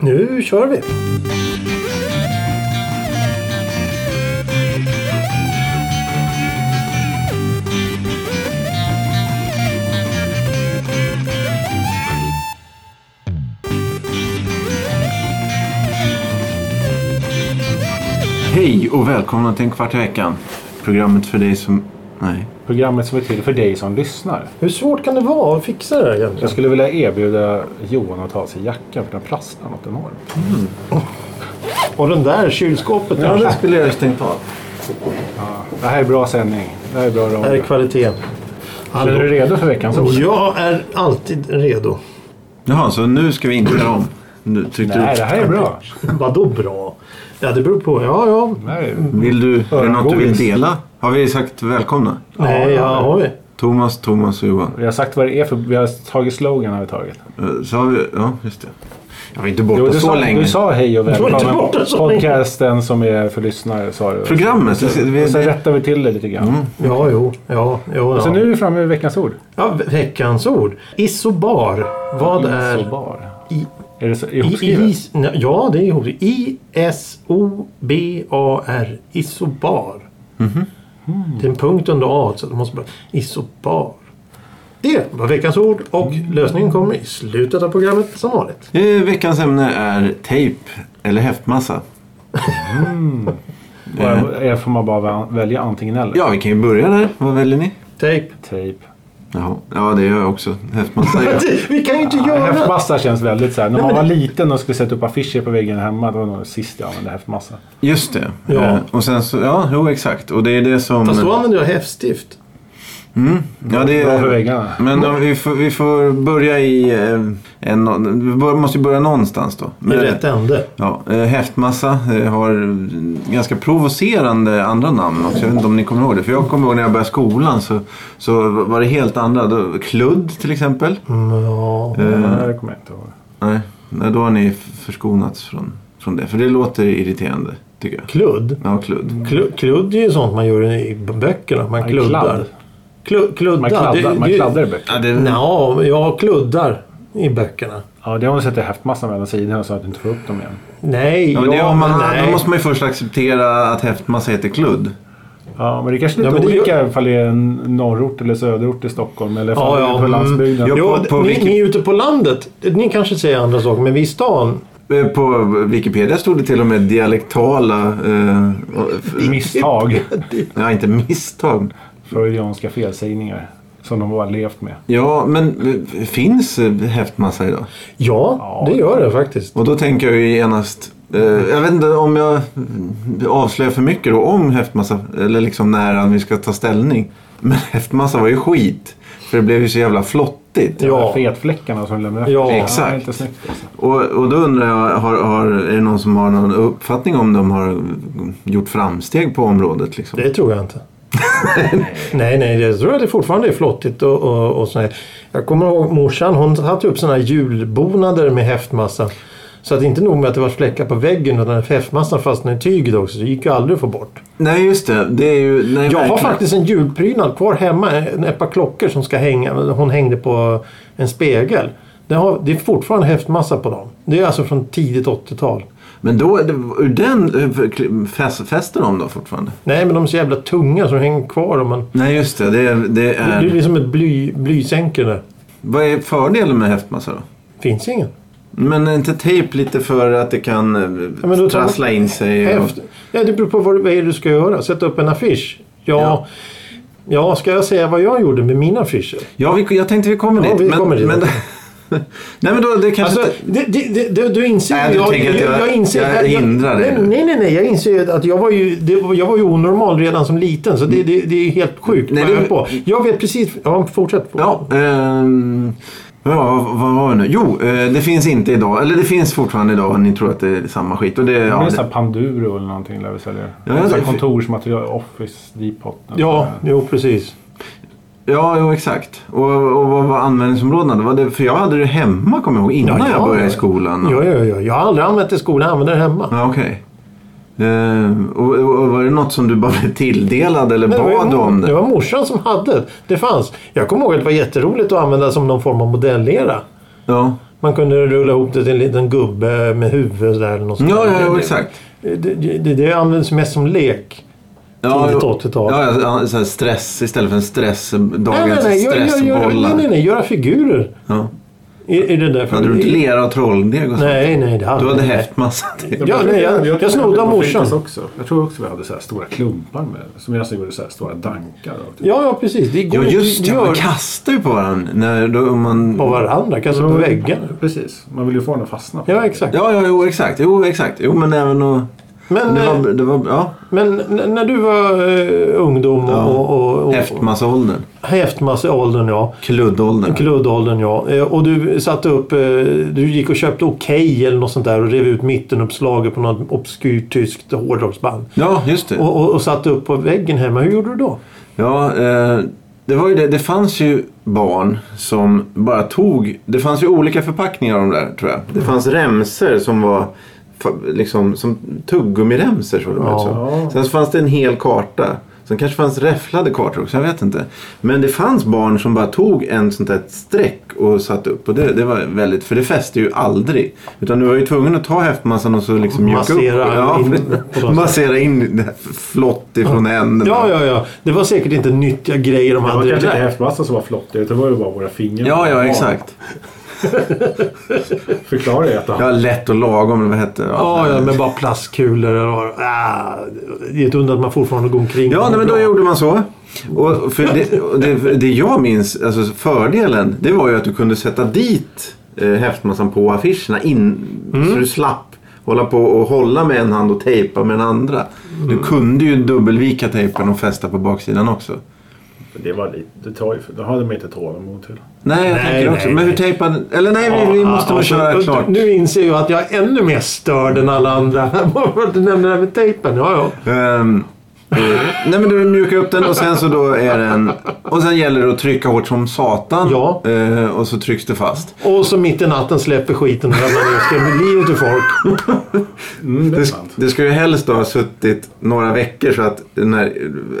Nu kör vi! Hej och välkomna till en kvart i veckan. Programmet för dig som... Nej. Programmet som är till för dig som lyssnar. Hur svårt kan det vara att fixa det här egentligen? Jag skulle vilja erbjuda Johan att ta av sig jackan för den prasslar något enormt. Och den där kylskåpet Ja, kanske. det skulle jag ju stängt av. Det här är bra sändning. Det här är bra Här är radio. kvaliteten. Är du Hallå. redo för veckans ord? Alltså, Jag är alltid redo. Jaha, Jaha, så nu ska vi inte göra om. Nu tyckte Nej, det här är bra. Vadå bra? Ja, det beror på. Ja, ja. Det här är... du... Vill du... Är det något du vill Örongodis. dela? Har vi sagt välkomna? Nej, ja, har vi. Thomas, Thomas och Johan. Vi har sagt vad det är för... Vi har tagit slogan har vi tagit. Eh, Så har vi... Ja, just det. Jag var inte borta du, så sa, länge. du sa hej och var inte välkommen. borta så länge. Podcasten som är för lyssnare sa du. Programmet? Så, vi, Och sen rättar vi till det lite grann. Ja, jo. Ja, jo, Så ja. nu är vi framme vid veckans ord. ja veckans ord. Isobar. Vad är... Isobar. I, Är det så i, ihopskrivet? is, nej, ja, det är ihop. I-S-O-B-A-R. Isobar. Mhm. Mm. Det är en punkt under A. Så det måste bara... Isobar. Det var veckans ord och lösningen kommer i slutet av programmet som vanligt. Eh, veckans ämne är tejp eller häftmassa. Bara- är- Får man bara väl- välja antingen eller? Ja, vi kan ju börja där. Vad väljer ni? Tejp. Tejp. Jaha. Ja, det gör jag också. Häftmassa. ja. Vi kan ju inte göra... Häftmassa känns väldigt så här. När man men var liten och skulle sätta upp affischer på väggen hemma. Det var nog sist jag använde häftmassa. Just det. Ja. Eh, Och sen så... Ja, jo exakt. Och det är det som... Fast då använder jag häftstift. Ja, det Bra för väggarna. Men om vi, får, vi får börja i... eh, En, vi bör, måste ju börja någonstans då. I Men- rätt ände. Ja, eh, häftmassa eh, har ganska provocerande andra namn också. Jag vet inte om ni kommer ihåg det. För jag kommer ihåg när jag började skolan så, så var det helt andra. Då, kludd till exempel. Mm, ja. Nej, det kommer jag inte ihåg. Nej, nej, då har ni f- förskonats från, från det. För det låter irriterande tycker jag. Kludd. Ja, kludd. Kludd, kludd är ju sånt man gör i böckerna. Man Ja, kluddar. kladd. Klu, kluddar. Man kladdar, man kladdar i böcker. Ja, det, Nja, jag kluddar i böckerna. Ja, det är om du sätter häftmassan mellan sidorna så att du inte får upp dem igen. Nej, ja, men det, ja, om man, men nej. då måste man ju först acceptera att häftmassa heter kludd. Ja, men det är kanske är Ja, lite men det- olika ifall det är en norrort eller söderort i Stockholm. Eller ifall Ja, det är ja, på mm. landsbygden. Jo. Jo, på- på ni, vilket- ni är ute på landet. Ni kanske säger andra saker, men vi i stan. Eh, På Wikipedia stod det till och med dialektala... Eh, f- Misstag. ja, inte misstag. Freudianska felsägningar. Som de bara levt med. Ja, men eh, finns eh, häftmassa idag? Ja, Ja. det gör det faktiskt. Och då tänker jag ju genast... Eh, jag vet inte om jag eh, avslöjar för mycket då om häftmassa. Eller liksom när vi ska ta ställning. Men häftmassa var ju skit. För det blev ju så jävla flottigt. De här Ja, Fetfläckarna som lämnar efter Ja, sig. exakt. det är inte snyggt. Alltså. Och, och då undrar jag, har, har, är det någon som har någon uppfattning om de har gjort framsteg på området? Liksom? det tror jag inte. nej, nej, det tror jag det fortfarande är flottigt och, och, och sådär. Jag kommer ihåg morsan, hon hade upp sådana här julbonader med häftmassa. Så att inte nog med att det var fläckar på väggen utan häftmassan fastnade i tyget också. Så det gick ju aldrig att få bort. Nej, just det. Det är ju... Nej, Jag har verkligen. faktiskt en julprydnad kvar hemma. en- Ett par klockor som ska hänga. Hon hängde på en spegel. Det, har, det är fortfarande häftmassa på dem. Det är alltså från tidigt 80-tal. Men då, är det- ur den eh, kli- fäs- fäster de då fortfarande? Nej, men de är så jävla tunga så de hänger kvar. Och man, Nej just det, det är... Det det är är liksom ett bly, blysänke där. Vad är fördelen med häftmassa då? Finns ingen. Men är inte tejp lite för att det kan Ja, eh, men då tar man- trassla in sig? Och... Häft, ja, det beror på vad, vad är det du ska göra. Sätta upp en affisch. Ja, Ja. ja. ska jag säga vad jag gjorde med mina affischer? Ja, vi, jag tänkte vi kommer Ja, dit. vi men, kommer dit. Men... nej men då, det kanske... Alltså, inte- det, det, det, det, du inser... Nej, du tänker att jag- jag hindrar dig nu. Nej, nej, nej. Jag inser ju att jag var ju, det, var- jag var ju onormal redan som liten. Så det, det, det är ju helt sjukt Mm. nej, Nej, det- jag höll på. Jag vet precis... Ja, fortsätt. Ja, ehm... Ja, vad, vad var det nu? Jo, eh, det finns inte idag. Eller det finns fortfarande idag. Ni tror att det är samma skit. Och det, Ja, ja, det är det, sån här Panduro eller någonting lär vi sälja. Ja, Ja, det- kontorsmaterial, Office Depot. Ja, jo precis. ja, jo exakt. Och, och vad var användningsområdena? Det var det, för jag hade det hemma kommer jag ihåg. Innan Ja, jag ja. började i skolan. Mm. och- Ja, ja, ja. Jag har aldrig använt det i skolan. Jag använder det hemma. Ja, okej. Eh, och, och var det något som du bara blev tilldelad eller Nej, det, var bad ju, du om det det? var morsan som hade det. Det fanns. Jag kommer ihåg att det var jätteroligt att använda som någon form av modellera. Ja. Man kunde rulla ihop det till en liten gubbe med huvud där eller något sånt Ja, där. ja, ja Det- exakt. Det, det, det, det användes mest som lek. Ja, Tidigt ja, 80-tal. ja, ja, så här stress istället för en stress. Nej, nej, Dagens nej, gör, gör, gör, nej, nej, stressbollar. nej, göra figurer. Ja. I, i det där. Hade du inte lera och trolldeg och sånt? Nej, nej, det hade Du jag hade inte. häftmassa. till. Ja, nej, jag- jag snodde av på morsan. fritids Också. Jag tror också vi hade så här stora klumpar med. Som jag nästan gjorde så här stora dankar av. Typ. Ja, ja, precis. Det går Ja, inte just att det. Man göra kastar ju på varandra. När då, om man... på varandra, kanske på väggarna. Precis. Man vill ju få den att fastna. på Ja, något. exakt. Ja, ja, jo, exakt. Jo, exakt. Jo, men även och... Men, Det eh, var, det var, ja, men n- när du var eh, ungdom och, Ja. och, och, och häftmassaåldern. häftmasseåldern, ja. Kluddåldern. Kluddåldern, ja. Eh, Och du satte upp, eh, du gick och köpte Okej eller något sånt där och rev ut mittenuppslaget på något obskyrt tyskt hårdrocksband. Ja, just det. Och, och, och satte upp på väggen hemma. Hur gjorde du då? Ja, eh, det var ju det. Det fanns ju barn som bara tog... Det fanns ju olika förpackningar av de där, tror jag. Det fanns remser som var fa- liksom som tuggummiremser såg de Ja. ut som. Sen så fanns det en hel karta. Sen kanske fanns räfflade kartor också, jag vet inte. Men det fanns barn som bara tog en sånt där streck och satte upp. Och det, det var väldigt, för det fäste ju aldrig. Utan du var ju tvungen att ta häftmassan och så liksom mjuka Massera upp. in på Ja, något massera in det här flott ifrån änden. Ja, ja, ja. Det var säkert inte nyttiga grejer de Det var hade. kanske inte där. häftmassan som var flottig. utan Det var ju bara våra fingrar. Ja, ja, exakt. Förklara det. Att Ja, lätt och lagom eller vad hette det? Ja, ja, men bara plastkulor. Och, ah, det är ett under att man fortfarande går omkring. Ja, nej, men då gjorde man så. Och för det, och det, det jag minns, alltså fördelen, det var ju att du kunde sätta dit eh, häftmassan på affischerna. In, Så du slapp hålla på och hålla med en hand och tejpa med den andra. Du kunde ju dubbelvika tejpen och fästa på baksidan också. Det var lite... Det tar ju... för- Då hade man inte tålamod till. Nej, jag Nej, tänker också. nej, men hur nej. tejpade... Eller nej, vi, vi måste nog alltså, köra och- klart. Nu inser jag att jag är ännu mer störd än alla andra. Bara för att du nämnde det här med tejpen. Ja, ja. Ehm, eh, nej men du mjukar upp den och sen så då är den... Och sen gäller det att trycka hårt som satan. Ja. Eh, och så trycks det fast. Och så mitt i natten släpper skiten och ramlar ner och skrämmer livet ur folk. Mm, det är Det, sant. det ska ju helst då ha suttit några veckor så att den här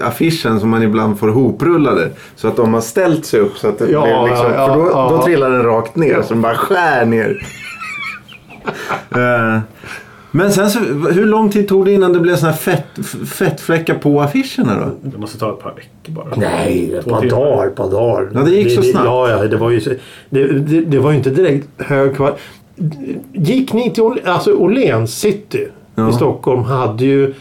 affischen som man ibland får hoprullade. Så att de har ställt sig upp så att det Ja, blir liksom... ja, för då, ja. då trillar den rakt ner så den bara skär ner. Eh, men sen så, hur lång tid tog det innan det blev såna här fett, f- fettfläckar på affischerna då? Det måste ta ett par veckor bara. Nej, ett Två par timmar. dagar, ett par dagar. Ja, det gick så snabbt. Ja, ja, det var ju, så- det, det, det var ju inte direkt hög kvalitet. Gick ni till Åhl- alltså Åhléns city i Stockholm hade ju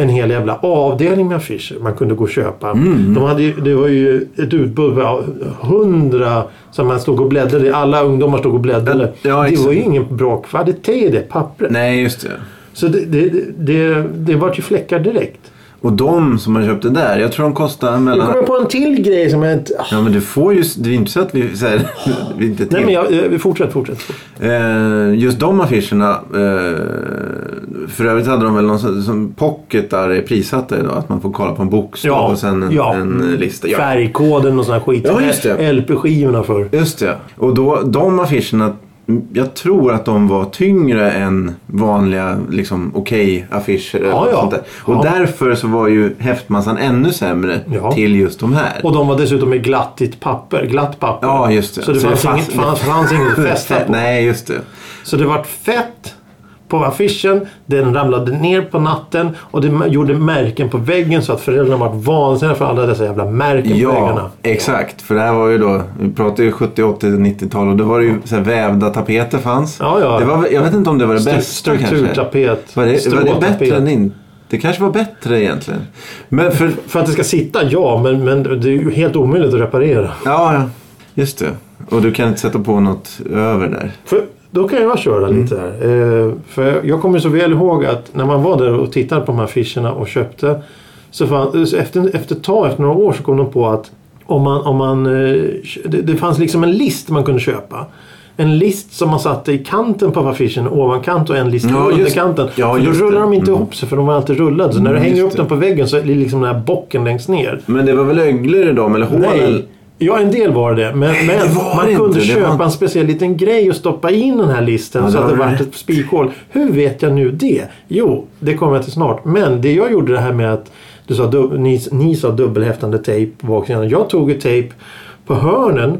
en hel jävla avdelning med affischer man kunde gå och köpa. Mm. De hade ju, det var ju ett utbud av hundra som man stod och bläddrade i. Alla ungdomar stod och bläddrade. Ja, det var exakt. ju ingen bra kvalitet i det pappret. Nej, just det. Så det, det, det, det, det vart ju fläckar direkt. Och de som man köpte där, jag tror de kostar Nu kom mellan... jag på en till grej som jag inte... ah, Ja men du får ju, det är inte så att vi säger... Vi inte Nej, till. men jag, jag, fortsätt, fortsätt. eh, just de affischerna, eh, för övrigt hade de väl någon sån, som pocket där är prissatta idag. Att man får kolla på en bokstav Ja, och sen en, ja. Mm. en eh, lista. Ja, Färgkoden och sån här skit. Ja, just det. LP-skivorna för. just det. Och då, de affischerna, jag tror att de var tyngre än vanliga liksom, okej-affischer. eller Ja, något ja. sånt där. Och Ja. därför så var ju häftmassan ännu sämre Ja. till just de här. Och de var dessutom i glattigt papper. Glatt papper. Ja, just det. Så det Så fanns det inget, fanns- fanns, fanns inget att fästa på. Nej, just det. Så det vart fett på affischen. Den ramlade ner på natten och det gjorde märken på väggen så att föräldrarna vart vansinniga för alla dessa jävla märken på väggarna. Ja, exakt. För det här var ju då, vi pratade ju 70, 80, 90-tal och då var det ju så här vävda tapeter fanns. Ja, ja. Det var, väl- jag vet inte om det var det Stru- bästa kanske. Strukturtapet. Var det, var det stråtapet. bättre än in? Det kanske var bättre egentligen. Men för, För att det ska sitta, ja. Men, men det är ju helt omöjligt att reparera. ja, ja, just det. Och du kan inte sätta på något över där. För, då kan jag köra Mm. lite här. Eh, för jag kommer så väl ihåg att när man var där och tittade på de här affischerna och köpte. Så fann, så efter, efter ett tag, efter några år, så kom de på att om man, om man, eh, kö- det, det fanns liksom en list man kunde köpa. En list som man satte i kanten på affischen, ovankant och en list Ja, under just- kanten. ja, för då just rullar det. de inte ihop sig för de var alltid rullade. Så när du Mm, hänger just upp det. den på väggen så är det liksom den här bocken längst ner. Men det var väl öglor i dem, eller hål? eller- Nej. Ja, en del var det. Men, men det var man det kunde inte. Det köpa var- en speciell liten grej och stoppa in den här listen Ja, så det att det var vart rätt. ett spikhål. Hur vet jag nu det? Jo, det kommer jag till snart. Men det jag gjorde det här med att du sa, dub- ni, ni sa dubbelhäftande tejp på baksidan. Jag tog ju tejp på hörnen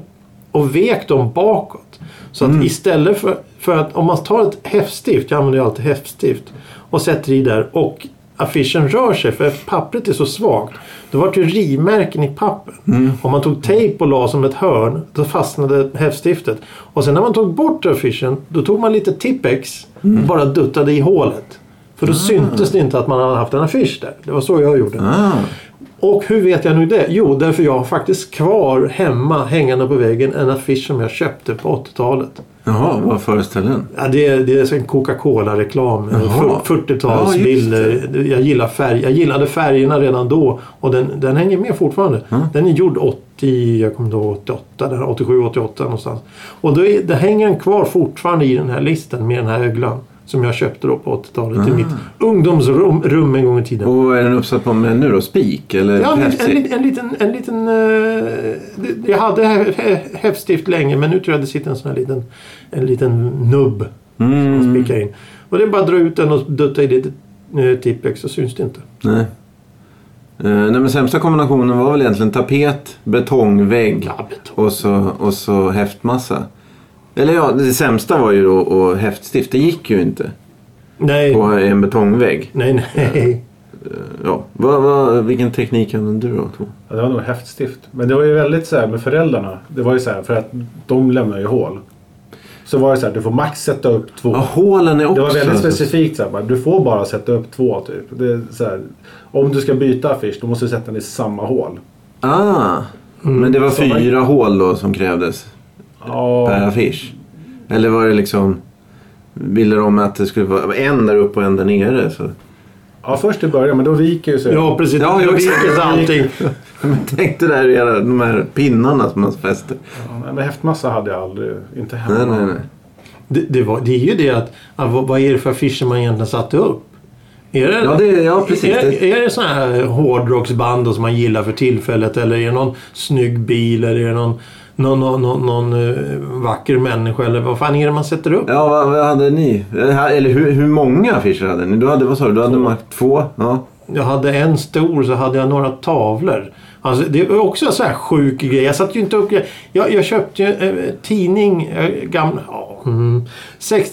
och vek dem bakåt. Så Mm. att istället för, för att om man tar ett häftstift, jag använder ju alltid häftstift, och sätter i där och affischen rör sig för pappret är så svagt. Då var det ju rimärken i pappret. Om man tog tejp och la som ett hörn då fastnade häftstiftet. Och sen när man tog bort affischen då tog man lite tippex och bara duttade i hålet. För då syntes det inte att man hade haft en affisch där. Det var så jag gjorde. Ah, Och hur vet jag nu det? Jo, därför jag har faktiskt kvar hemma hängande på väggen en affisch som jag köpte på 80-talet. jaha, vad föreställer den? Ja, det, är, det är så en Coca-Cola-reklam. Jaha. 40-talsbilder. jag, gillar färg, jag gillade färgerna redan då och den, den hänger med fortfarande. Den är gjord 80, jag kommer inte ihåg, 88, där, 87, 88 någonstans. Och då, är, det hänger den kvar fortfarande i den här listen med den här öglan. Som jag köpte då på 80-talet i mitt ungdomsrum rum en gång i tiden. Och vad är den uppsatt på med nu då? Spik eller Ja, en, en, häftstil? lit- en liten... En liten eh, det- jag hade hä- hä- häftstift länge men nu tror jag det sitter en sån här liten, en liten nubb som Mm. man spikar in. Och det är bara att dra ut den och dutta i lite eh, tippex så syns det inte. Nej. Eh, nej, men sämsta kombinationen var väl egentligen tapet, betongvägg Ja, betong. och så, och så häftmassa. Eller ja, det sämsta var ju då och häftstift. Det gick ju inte Nej, på en betongvägg. nej, nej. Ja. Vad- vad- vilken teknik använde du då? Tor? Ja, det var nog häftstift. Men det var ju väldigt så här med föräldrarna. Det var ju så här för att de lämnar ju hål. Så var det så här, du får max sätta upp två. Ja, hålen är också... Det var väldigt alltså. specifikt. Så här, bara, du får bara sätta upp två typ. Det är så här, om du ska byta affisch då måste du sätta den i samma hål. Ah, men det var Mm. Så man- fyra hål då som krävdes per Ja, affisch? Eller var det liksom... Ville de att det skulle vara en där uppe och en där nere? Så. ja först i början men då viker ju sig. Ja, precis. Ja, Ja, jag jo, vet exakt. allting. Men tänk dig där, era, de här pinnarna som man fäster. Ja, nej, men häftmassa hade jag aldrig. Inte hemma. Nej, nej, nej. Det, det, var, det är ju det att, att vad, vad är det för affischer man egentligen satte upp? Är det, Ja, det- ja, precis. Är, Det- är det sådana här hårdrocksband då som man gillar för tillfället? Eller är det någon snygg bil? Eller är det någon, någon, någon, någon, någon eh, vacker människa? Eller vad fan är det man sätter upp? Ja, vad, vad hade ni? Eh, Eller hur, hur många affischer hade ni? Du hade, vad sa du? Du hade två. två? Ja. Jag hade en stor så hade jag några tavlor. Alltså, det är också en sån här sjuk grej. Jag satt ju inte upp... Jag, jag köpte ju eh, tidning, eh, gamla... ja, mm,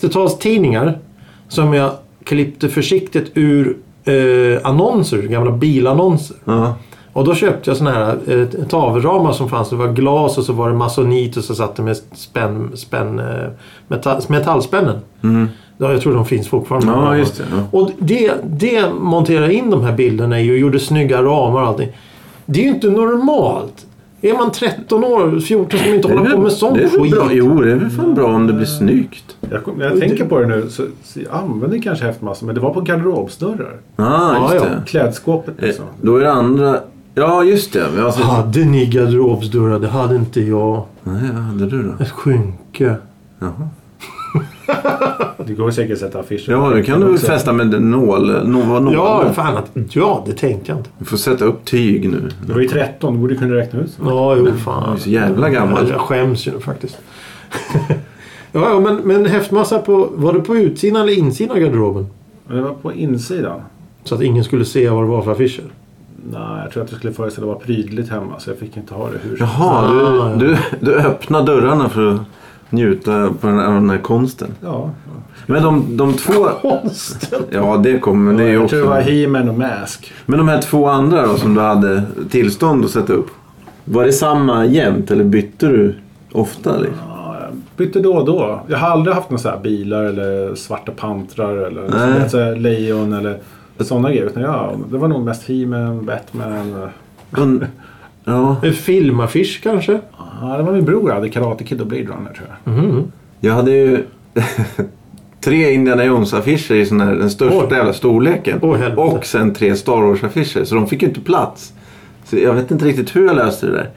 60-talstidningar som jag klippte försiktigt ur eh, annonser, gamla bilannonser. ja. Och då köpte jag såna här eh, tavelramar som fanns. Det var glas och så var det masonit och så satt det med spänn, spänn, eh, metall, metallspännen. Ja, jag tror de finns fortfarande. Mm. Ja, just det, ja. Och det, det monterade in de här bilderna i och gjorde snygga ramar och allting. Det är ju inte normalt. Är man 13 år, 14 ska man inte Det är hålla på väl- med sån det är väl skit. Eh. Bra. Jo, det är väl fan bra om det blir snyggt. Jag, kom- när jag tänker på det nu så, så jag använder kanske häftmassa men det var på garderobsdörrar. Ah, Ja, just ja. det. Klädskåpet Eh, liksom. Då är det andra... Ja, just det. Men Alltså, Hade ni garderobsdörrar? Det hade inte jag. Nej, vad hade du då? Ett skynke. Det går säkert att sätta affischer. Ja, det kan du väl Också. fästa med nål. nål, nål. Ja, fan att, ja, det tänkte jag inte. Du får sätta upp tyg nu. Du var ju 13, du borde kunna räkna ut. Ja, jo fan. är så jävla gammal. Jag skäms ju nu faktiskt. ja, ja, men, men häftmassa på... Var det på utsidan eller insidan av garderoben? Men det var på insidan. Så att ingen skulle se vad det var för affischer. Nej, jag tror att det skulle föreställa vara prydligt hemma så jag fick inte ha det hur som Jaha, Ah, ja. du, du, du öppnar dörrarna för att njuta på den, av den här konsten. Ja. Men de, de två... Konsten! Ja, det kommer. men Det är ju Jag tror det var också... He-Man och Mask. Men de här två andra då, som du hade tillstånd att sätta upp. Var det samma jämt eller bytte du ofta? Liksom? Ja, jag bytte då och då. Jag har aldrig haft några så här bilar eller svarta pantrar eller Nej. som heter så här lejon eller sådana grejer. Utan jag, det var nog mest He-Man, Batman. Und- Ja, En filmaffisch kanske? Ja, det var min bror hade Karate Kid och Blade Runner tror Mm. jag. jag hade ju tre Indiana Jones-affischer i sån här, den största Oj. jävla storleken. Åh, helvete. och sen tre Star Wars-affischer. Så de fick ju inte plats. Så jag vet inte riktigt hur jag löste det där.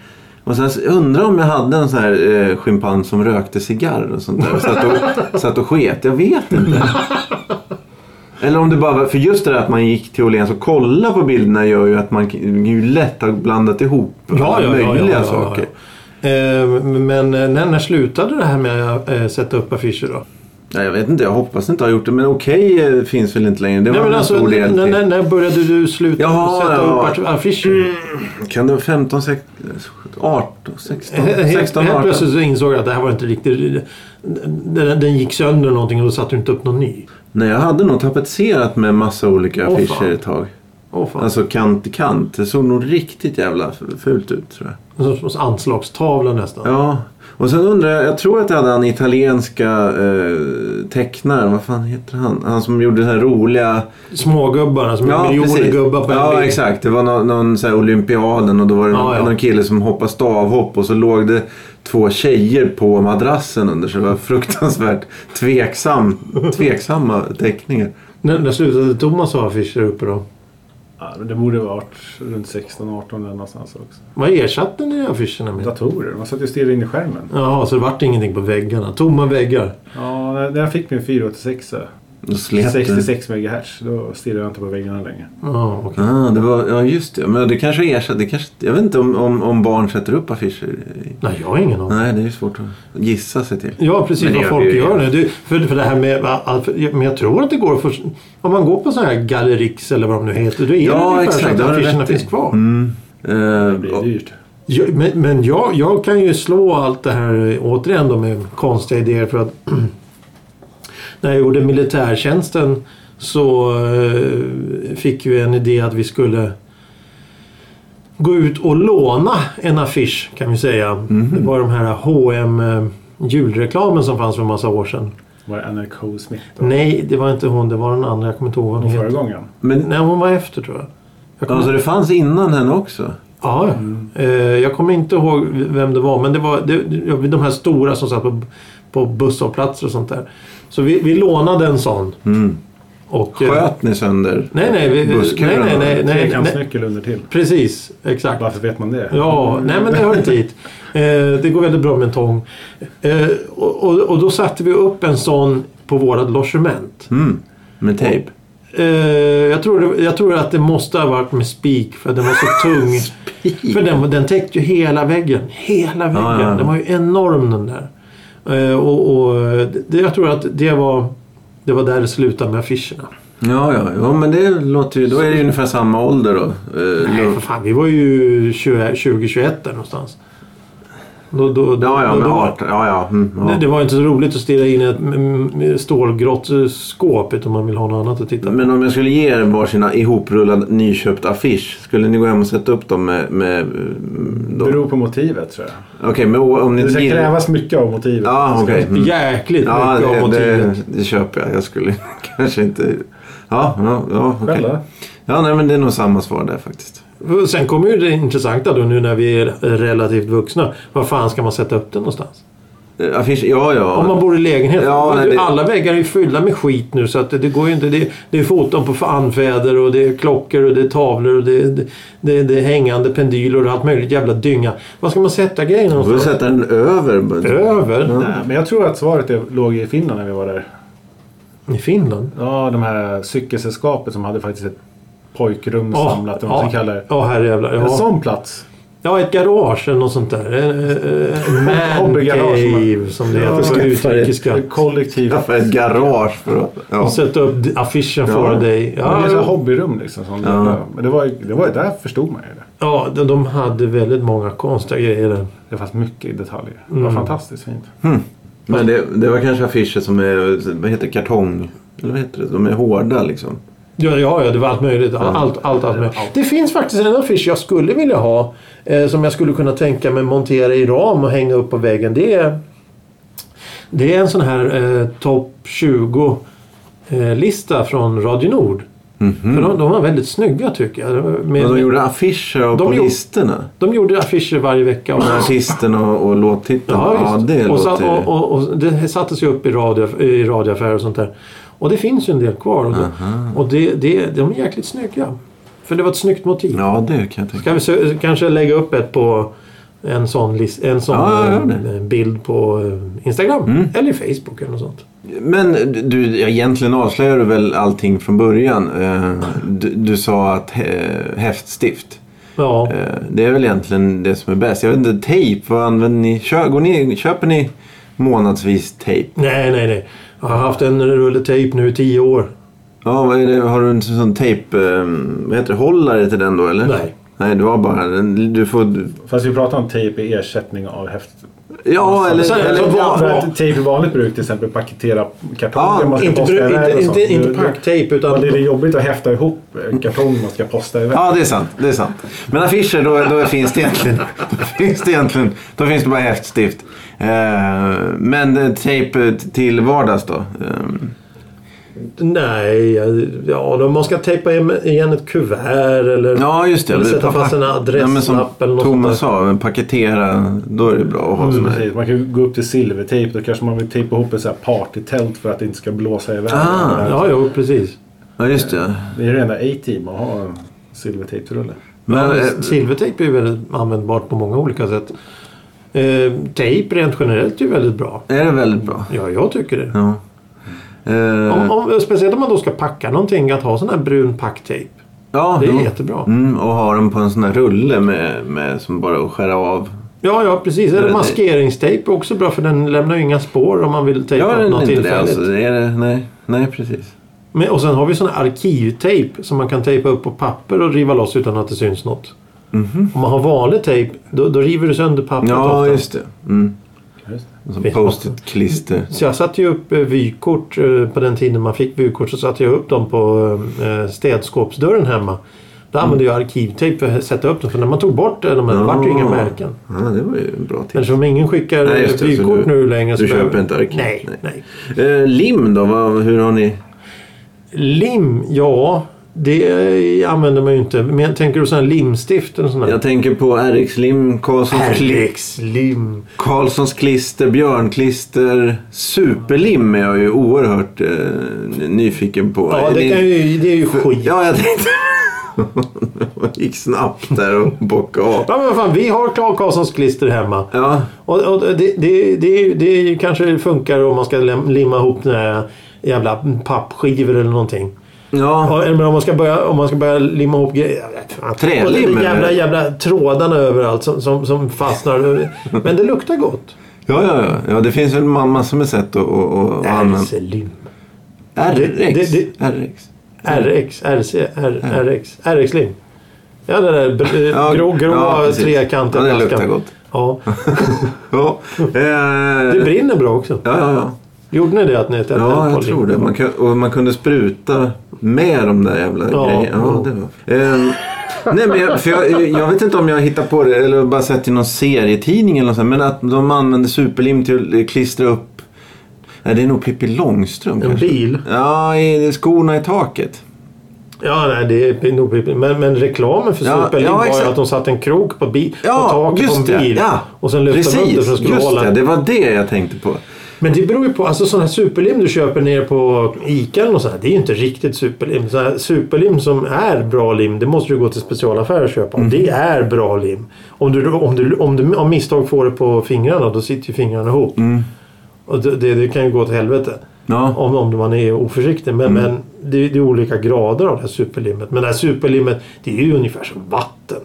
Och sen så- jag undrar om jag hade en sån här eh, schimpans som rökte cigarr och sånt där. Och satt och, satt och sket. Jag vet inte. Eller om det bara var, för just det där att man gick till Åhléns och kollade på bilderna gör ju att man k- ju lätt har blandat ihop alla möjliga saker. Eh, Men eh, när, när slutade det här med att eh, sätta upp affischer då? Nej, jag vet inte, jag hoppas inte jag har gjort det. Men okej eh, finns väl inte längre. Det var Nej, men en alltså, stor del när, till. när, när började du sluta Jaha, sätta ja. Mm. upp affischer? Kan det vara 15, 16? 18, 16, Helt, 16 helt 18. plötsligt så insåg jag att det här var inte riktigt... Den, den gick sönder eller någonting och då satte du inte upp någon ny. Nej, jag hade nog tapetserat med massa olika Åh, affischer fan. ett tag. Åh fan. Alltså kant till kant. Det såg nog riktigt jävla fult ut tror jag. En sorts anslagstavla nästan. Ja, och sen undrar jag, jag tror att jag hade han italienska eh, tecknaren, vad fan heter han? Han som gjorde så här roliga... Smågubbarna som är alltså miljoner precis. gubbar på en Ja, bild. exakt. Det var någon, någon så här olympiaden och då var det Ja, någon, ja. någon kille som hoppade stavhopp och så låg det två tjejer på madrassen under så det var fruktansvärt tveksam, tveksamma teckningar. När, när slutade Thomas ha affischer uppe då? Ja, men det borde ha varit runt 16-18 eller någonstans också. Vad ersatte ni affischerna med? Datorer. Man satt ju och stirrade in i skärmen. Jaha, så det vart ingenting på väggarna. Tomma väggar. Ja, när när jag fick min 486 Då slet det. 66 MHz, då stirrade jag inte på väggarna längre. Ja, okej. Ah, det var, ja, just det. Men det kanske ersatte... Det kanske, jag vet inte om, om, om barn sätter upp affischer. i- Nej, jag har ingen aning. Nej, det är ju svårt att gissa sig till. Ja, precis Men det vad gör folk vi ju. gör nu. Det, för, för det här med... all- för- Men jag tror att det går för, Om man går på sådana här Gallerix eller vad de nu heter. Då är Ja, det ungefär exakt, så det att har du affischerna rätt i. finns kvar. Eh, Det blir dyrt. Ja, men men jag, jag kan ju slå allt det här eh, återigen då med konstiga idéer för att när jag gjorde militärtjänsten så eh, fick ju en idé att vi skulle gå ut och låna en affisch kan vi säga. Det var de här H&M eh, julreklamen som fanns för en massa år sedan. Var det Anna K. Smith då? Nej, det var inte hon. Det var den andra. Jag kommer inte ihåg vad hon Från heter. föregångaren? men, Nej, hon var efter tror jag. jag kommer alltså det fanns innan henne också? Ja, eh, jag kommer inte ihåg vem det var men det var det, det- de här stora som satt på, på busshållplatser och sånt där. Så vi, vi lånade en sån. Och, eh, Sköt ni sönder Nej, nej, vi, nej, nej, busskurarna? nej, nej, nej, nej. Trekantsnyckel under till. Precis, exakt. Varför vet man det? Mm. Ja, nej men det hör inte hit. Eh, det går väldigt bra med en tång. Eh, och, och, och då satte vi upp en sån på vårat logement. Mm, med tejp? Eh, jag, tror det, jag tror att det måste ha varit med spik för den var så tung. För den, den täckte ju hela väggen. Hela väggen. Ja, ja, ja. Den var ju enorm den där. Eh, och, och det, jag tror att det var, det var där det slutade med affischerna. Ja, ja, ja, men det låter ju... Då är det ju ungefär samma ålder då. Eh, Nej då- för fan, vi var ju 20 20-21 där någonstans. Då, då, då, Ja, ja, då, med då, 18. Ja, ja. Mm, ja. Nej, Det var inte så roligt att stirra in i ett mm, mm, stålgrått eh, skåp utan man vill ha något annat att titta på. Men om jag skulle ge er varsina ihoprullad nyköpt affisch, skulle ni gå hem och sätta upp dem med... med mm, Det då? beror på motivet tror jag. Okej, men o- om ni Det inte ska gillar... krävas mycket av motivet. Ja, okej. Mm. Jäkligt Ja, mycket av det, motivet. det, det köper jag. Jag skulle kanske inte... Ja, ja, ja okej. Själv då? Ja, nej, men det är nog samma svar där faktiskt. Sen kommer ju det intressanta då nu när vi är relativt vuxna. Var fan ska man sätta upp den någonstans? Eh, Affisch, ja, ja. Om man bor i lägenhet. Ja, nej, det- Alla väggar är ju fyllda med skit nu så att det, det går ju inte. Det, det är foton på anfäder och det är klockor och det är tavlor och det, det, det, det är hängande pendyler och allt möjligt jävla dynga. Var ska man sätta grejerna Då får du någonstans? sätta den över. Över? Nej, men jag tror att svaret är, låg i Finland när vi var där. I Finland? Ja, de här cykelsällskapet som hade faktiskt ett pojkrum samlat. Eller vad man ja, ska kalla det. ja, herrejävlar. En Ja. sån plats. ja, ett garage eller något sånt där. En, en man Hobbygarage, cave som det Ja, heter på skaffa det. utrikeska. Kollektivt. Skaffa ett garage för att... Ja. Och sätta upp d- affischen för Ja. dig. det är Ja, ett ja. hobbyrum liksom. Som Ja. Men det var, ju- det var ju där förstod man ju det. ja, de- de hade väldigt många konstiga grejer där. Det fanns mycket detaljer. Det var fantastiskt fint. Men det, det var kanske affischer som är... Vad heter det? Kartong? Eller vad heter det? De är hårda liksom. Ja, ja, ja, det var allt möjligt. Allt, allt, allt, allt möjligt. Det finns faktiskt en affisch jag skulle vilja ha. Eh, som jag skulle kunna tänka mig montera i ram och hänga upp på väggen. Det är, det är en sån här eh, topp 20-lista från Radio Nord. För de, de var väldigt snygga tycker jag. Med, Men Mhm. de gjorde affischer av De på gjorde- listorna. de gjorde affischer varje vecka. Och Artisterna och, och låttittarna. Ja, visst. det och, låter så, ju- och, och, och Det sattes ju upp i, radio, i radioaffärer och sånt där. Och det finns ju en del kvar. Och, det, och det, det, de är jäkligt snygga. För det var ett snyggt motiv. Ja, det kan jag tänka Ska vi sö- kanske lägga upp ett på en sån, list, en sån Ja, ja, gör Mm. eh, bild på eh, Instagram eller Facebook eller något sånt. Men du, ja, egentligen avslöjar du väl allting från början. Eh, Du, du sa att eh, häftstift. Ja, Eh, Det är väl egentligen det som är bäst. Jag vet inte, tejp, vad använder ni? Kö, går ni? Köper ni månadsvis tejp? nej, nej, nej. Jag har haft en rulle tejp nu i tio år. ehm, Ja, vad är det? Har du en sån tejp... eh, Vad heter det? Hållare till den då eller? Nej. Nej, det var bara... Du får... Fast vi pratar om tejp i ersättning av häft. Ja, eller... Så- eller så- ja, För att tejp i vanligt bruk till exempel paketera kartonger Ja, man ska Inte, posta bru- iväg inte, och sånt. inte, inte Du- packtejp Ja, utan... det är jobbigt att häfta ihop en kartong man ska posta iväg. ja, det är sant. Det är sant. Men affischer, då, då finns det egentligen... Då finns det, egentligen, då finns det bara häftstift. Eh, men eh, tejp till vardags då? Eh, Nej, ja, då man ska tejpa igen ett kuvert eller... Ja, just det. Eller sätta fast en adresslapp men som eller något Thomas sånt Mm. sa, men paketera. Då är det bra att ha sån här. Precis, man kan ju gå upp till silvertejp. Då kanske man vill tejpa ihop ett så här partytält för att det inte ska blåsa iväg. Ah, Det här- Ja, jo, precis. Ja, just det. Det är det enda A-team att ha en silvertejprulle. Men, eh, Silvertejp är ju väldigt användbart på många olika sätt. Eh, tejp rent generellt är ju väldigt bra. eh, är det väldigt bra? Ja, jag tycker det. Ja. Eh, Om, om, speciellt om man då ska packa någonting, att ha sån här brun packtejp. ja, Det är jo. jättebra. Mm, och ha den på en sån här rulle med, med, som bara att skära av. Ja, ja, precis. Eller Nej. maskeringstejp är också bra för den lämnar ju inga spår om man vill tejpa Gör den något inte det? tillfälligt. Alltså, det är det, nej, nej, precis. Men, och sen har vi sån här arkivtejp som man kan tejpa upp på papper och riva loss utan att det syns något. Om man har vanlig tejp, då, då river du sönder pappret Mhm. Ja, ofta. just det. Mm. Just Som Finns post-it-klister. Så jag satte ju upp eh, vykort eh, på den tiden man fick vykort så satte jag upp dem på eh, städskåpsdörren hemma. Mm. Där använde jag arkivtejp för att sätta upp dem för när man tog bort eh, de här, det vart ju inga Ja. märken. Ja, det var ju en bra tips. Eftersom ingen skickar Nej, just det, eh, så vykort du- nu längre du köper behöver- inte arkiv. Nej, Nej. nej. Eh, lim då? Vad, hur har ni? Lim, ja. Det använder man ju inte. Men tänker du sån här limstift eller sån här? Jag tänker på RX-lim, Karlssons klick. Lim. Karlssons klister, björnklister, superlim är jag ju oerhört eh, nyfiken på. Ja, Är det, ni- kan ju, det är ju skit. Ja. Ja, jag tänkte... Det gick snabbt där och bocka av. men vad fan, vi har Clark Karlssons klister hemma. Ja, Och, och det, det, det, är ju- det är ju kanske det funkar om man ska lem- limma ihop den här jävla pappskivor eller någonting. ja. Ja, Eller om man ska börja, om man ska börja limma ihop grejer. jag vet fan. Trälim, Och det är jävla, eller? jävla trådarna överallt som, som, som fastnar. Men det luktar gott. Ja, ja, ja. ja det finns väl ma- massor med sätt att, att, att använda. RC-lim. RX. det- RX. RX, RC, R, RX, RX-lim. Ja, den där br- Ja, grå, grå ja, precis. trekantiga Ja, det luktar flaskan. gott. Ja, Ja, eh, det brinner bra också. ja, ja, ja. Gjorde ni det att ni äter ja jag tror det. Man kan, och man kunde spruta med de där jävla Ja, grejerna. Ja, ja. det var. Eh, nej, men jag, för jag, jag vet inte om jag hittar på det eller bara sett i någon serietidning eller något sånt, Men att de använde superlim till att klistra upp... Nej, det är nog Pippi Långstrump En kanske. bil? Ja, i skorna i taket. Ja, nej, det är nog men, men reklamen för Ja, Superlim ja, var ju exakt. att de satte en krok på, bi- Ja, på taket på just en det. bil. Ja. Och sen lyfte de upp det för att Precis, skulle just hålla. det. Det var det jag tänkte på. Men det beror ju på. Alltså sådana här superlim du köper nere på ICA eller något sånt här, Det är ju inte riktigt superlim. Så här, superlim som är bra lim, det måste du gå till specialaffärer och köpa. Och Det är bra lim. Om du, om, du, om du av misstag får det på fingrarna, då sitter ju fingrarna ihop. Och det, det, det kan ju gå åt helvete. Ja. Om, om man är oförsiktig. Men, men det, det är olika grader av det här superlimmet. Men det här superlimmet, det är ju ungefär som vatten.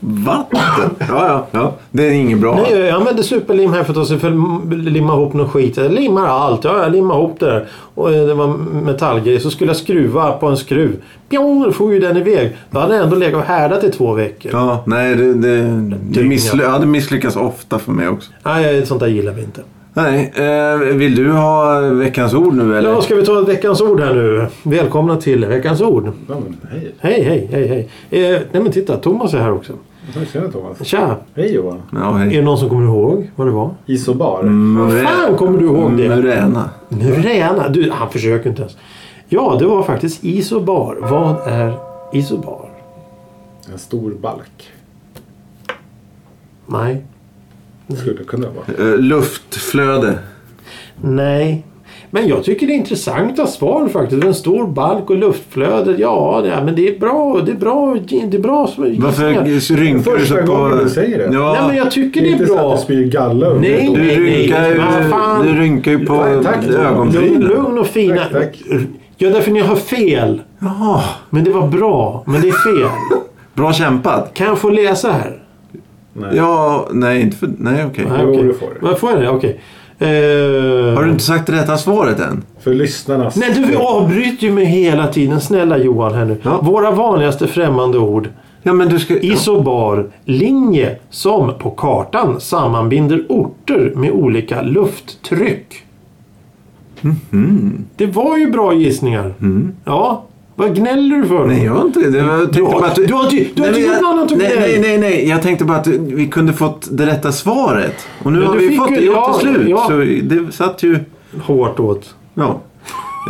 Vatten? Ja, ja. ja. Det är inget bra. Nej, jag använder superlim här för att också för att limma ihop någon skit. Jag limmar allt. Ja, jag limmar ihop det där. Och eh, det var metallgrej. Så skulle jag skruva på en skruv. Pjong, då får ju den iväg. Då hade jag ändå legat och härdat i två veckor. Ja, nej, det, det, det, missly- ja, det misslyckas ofta för mig också. Nej, eh, sånt där gillar vi inte. Nej, eh, vill du ha veckans ord nu eller? Ja, ska vi ta veckans ord här nu? Välkomna till veckans ord. Ja, men hej. Hej, hej, hej, hej. Eh, nej men titta, Thomas är här också. Tack ska du ha, Thomas. Tja! Hej Johan. Ja, Är hej. det någon som kommer ihåg vad det var? Isobar. Vad fan kommer du ihåg det? Muräna. Muräna. Du, han försöker inte ens. Ja, det var faktiskt isobar. Vad är isobar? En stor balk. Nej. Skulle kunna vara. Eh, luftflöde. Nej. Men jag tycker det är intressanta svar faktiskt. En stor balk och luftflöde. Ja, det, men det är bra. Det är bra. Det är bra som Varför rynkar du Första så på... gången du säger det. Ja, Nej, men jag tycker det inte är så att bra. det spyr galla över Nej. huvudet. du, rynkar ju, nej, fan. du rynkar ju på Nej, tack. Lugn, ögonbrynen. lugn och fina. Tack, tack. Ja, därför ni har fel. Jaha, Men det var bra. Men det är fel. bra kämpat. Kan jag få läsa här? Nej. Ja, nej, inte för... Nej, okej. Nej, Jo, okej. det får du. Vad får jag det? Okej. Eh, Har du inte sagt det rätta svaret än? För lyssnarnas... Nej, du avbryter ju mig hela tiden. Snälla Johan här nu. Ja. Våra vanligaste främmande ord. Ja, men du ska... Isobar, linje som på kartan sammanbinder orter med olika lufttryck. Mhm. Det var ju bra gissningar. Ja, vad gnäller du för? Mm. Nej, jag har inte det. Jag tänkte har- bara att du har inte- du har Nej, inte men gjort jag- något annat än nej, det. nej, nej, nej. Jag tänkte bara att du- vi kunde fått det rätta svaret. Och nu Men har du vi fick fått ju- det ja, ja, till slut. ja. Så det satt ju... Hårt åt. Ja.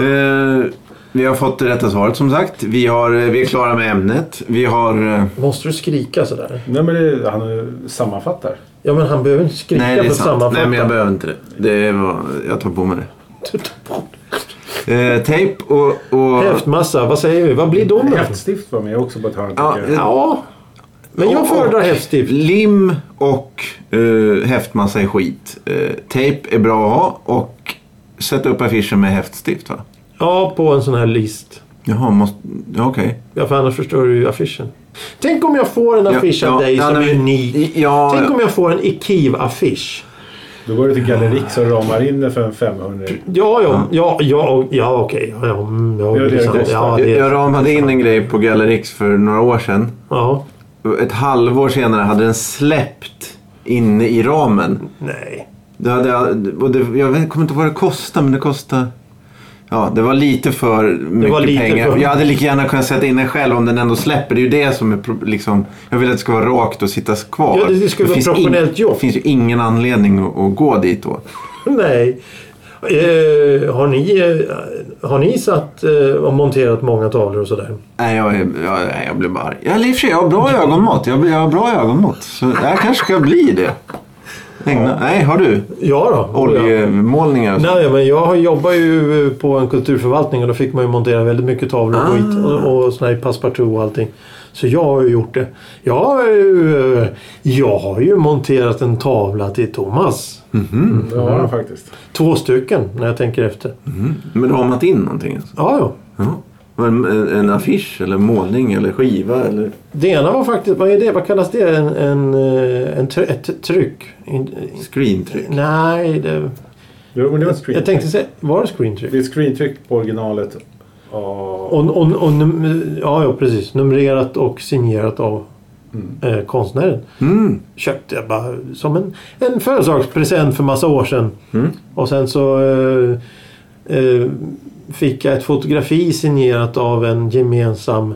Eh, vi har fått det rätta svaret som sagt. Vi, har, eh, vi är klara med ämnet. Vi har... eh, Måste du skrika sådär? Nej, men det, han eh, sammanfattar. Ja, men han behöver inte skrika Nej, det för är att sant. sammanfatta. Nej, men jag behöver inte det. det var, jag tar på mig det. Eh, tejp och... och Häftmassa, vad säger vi? Vad blir domen? Häftstift var med också på ett hörn. Ja, tycker jag. Ja, men jag och- föredrar och häftstift. Lim och eh, häftmassa är skit. Eh, tejp är bra att ha och sätta upp affischer med häftstift va? Ja, på en sån här list. Jaha, måste... Ja, okej. Ja, för annars förstör du ju affischen. Tänk om jag får en Ja, affisch av ja, dig ja, som nej, är men- unik. Ja, Tänk ja. om jag får en Ikiv-affisch. Då går du till Gallerix och ramar in det för en 500. Ja, ja, ja, ja, ja okej. Ja, ja, mm, ja, Det är det det är sant. kostar. ja, Jag, det jag är, ramade in en grej på Gallerix för några år sedan. ja, Ett halvår senare hade den släppt inne i ramen. nej. Det hade, jag- och det, jag vet- kommer inte ihåg vad det kostade, men det kostade... Ja, det var lite för mycket var lite pengar. för- Jag hade lika gärna kunnat sätta in den själv om den ändå släpper. Det är ju det som är pro- liksom, Jag vill att det ska vara rakt och sitta kvar. Ja, det- det ska vara finns professionellt jobb. Det finns ju ingen anledning att, att gå dit då. nej. Eh, har, ni, eh, har ni satt eh, och monterat många tavlor och sådär? Nej, jag, är- jag, nej, jag blir bara arg. Ja, i och för sig, jag har bra ögonmått. Jag, blir- jag har bra ögonmått. Så jag kanske ska bli det. Ägna, nej, har du? Ja då. Oljemålningar och så. Nej, men jag jobbar ju på en kulturförvaltning och då fick man ju montera väldigt mycket tavlor Ah. och skit och, och såna här passepartout och allting. Så jag har ju gjort det. Jag har ju, eh, jag har ju monterat en tavla till Thomas. Mm. Det har han faktiskt. Två stycken när jag tänker efter. Men ramat in någonting alltså? Ja, ja. Ja. En, en, en affisch eller målning eller skiva eller? Det ena var faktiskt, vad är det? Vad kallas det? En, en, eh, en tr- ett tryck? In, in, Screentryck. nej, det, Jo, men det var ett screen. jag tänkte säga, var det screentryck? Det är ett screentryck på originalet. Ja. Och, och, och, num- ja, ja, precis. Numrerat och signerat av eh, konstnären. Köpte jag bara som en, en födelsedagspresent för massa år sedan. Och sen så eh, eh, fick jag ett fotografi signerat av en gemensam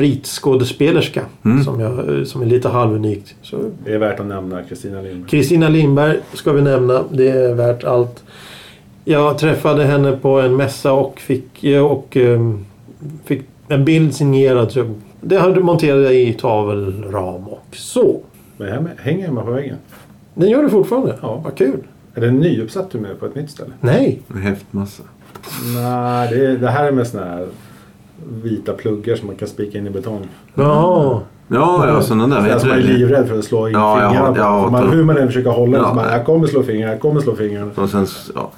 favoritskådespelerska. Som, jag, eh, som är lite halvunikt. Så Det är värt att nämna Kristina Lindberg. Kristina Lindberg ska vi nämna. Det är värt allt. Jag träffade henne på en mässa och fick, och, ehm, fick en bild signerad. Så det hade- monterade jag i tavelram och så. Men hemma, hänger hemma på väggen. Den gör det fortfarande. Ja. Vad kul. Är den nyuppsatt du med på ett nytt ställe? Nej. Och häftmassa. Nej, det, är- det här är med såna här vita pluggar som man kan spika in i betong. Ja. Ja, ja sådana där. Så Vet alltså man är du det? livrädd för att slå in Ja, jag fingrarna. har- jag har- på. man, hur man än försöker hålla den Ja. så man, jag kommer slå fingrarna, jag kommer slå fingrarna. Och sen, s- ja.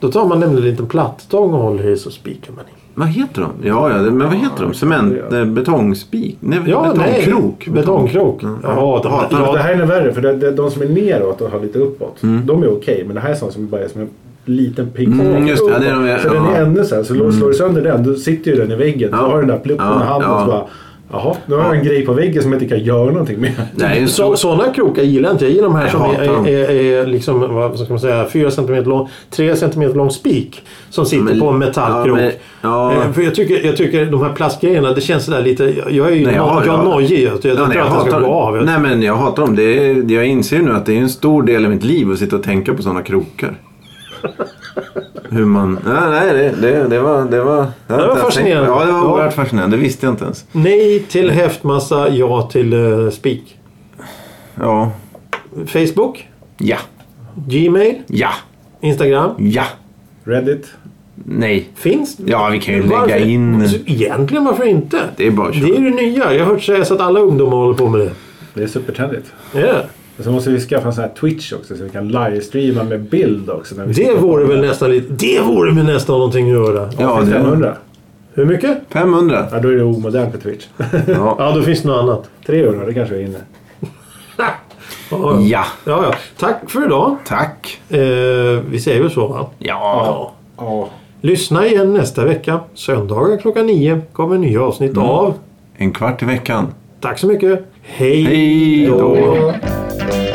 Då tar man nämligen en liten plattstång och håller i så spikar man i. Vad heter de? Ja, ja, det- men vad heter de? Cement... eh, Betongspik? Nej, Ja, nej. betongkrok? Betongkrok. Ja, det, Hatar ja, Det här är nog värre för det, det, de som är neråt och har lite uppåt, de är okej. men det här är sånt som bara är som en liten pingpong. Mm, just det. Ja, det är de- så ja. Mm. den är ännu så här, så slår du sönder den, då sitter ju den i väggen. Ja. Så har den där pluppen Ja, i handen ja. och så bara, jaha, nu har jag en grej på väggen som jag inte kan göra någonting med. Nej, en Så, stor- sådana krokar gillar inte jag. Jag gillar de här Jag som hatar dem. är, är, är liksom, vad ska man säga, 4 cm lång, 3 cm lång spik som sitter Men- på en metallkrok. ja, men- ja. Eh, För jag tycker, jag tycker de här plastgrejerna, det känns sådär lite, jag är ju Nej, no- ja, jag är ja. nojig. Jag, jag Ja, tror nej, jag att jag ska hatar- gå av. Nej, men jag hatar dem. Det är, jag inser ju nu att det är en stor del av mitt liv att sitta och tänka på sådana krokar. Hur man... Nej, nej det, det, det var... Det var, det var fascinerande. Ja, det var Ja. oerhört fascinerande. Det visste jag inte ens. Nej till häftmassa, ja till eh, spik. Ja. Facebook, Ja. Gmail, Ja. Instagram. Ja. Reddit. Nej. Finns Ja, vi kan ju lägga in... Så Egentligen varför inte? Det är bara att Det köra. är det nya. Jag har hört sägas att alla ungdomar håller på med det. Det är supertrendigt. Ja. Och så måste vi skaffa en sån här Twitch också så vi kan livestreama med bild också. När vi Det vore väl nästan lite... Det vore väl nästan någonting att göra. Ja, det är 500. Hur mycket? 500. Ja, då är det omodernt på Twitch. Ja. Ja, då finns det något annat. 300, det kanske vi hinner. Ja, ja. Ja, Ja, ja. Tack för idag. tack. Eh, vi säger väl så va? Ja. Ja. Lyssna igen nästa vecka. Söndagar klockan nio kommer nya avsnitt Mm. av En kvart i veckan. Tack så mycket. Hej Hej då. då. Ja.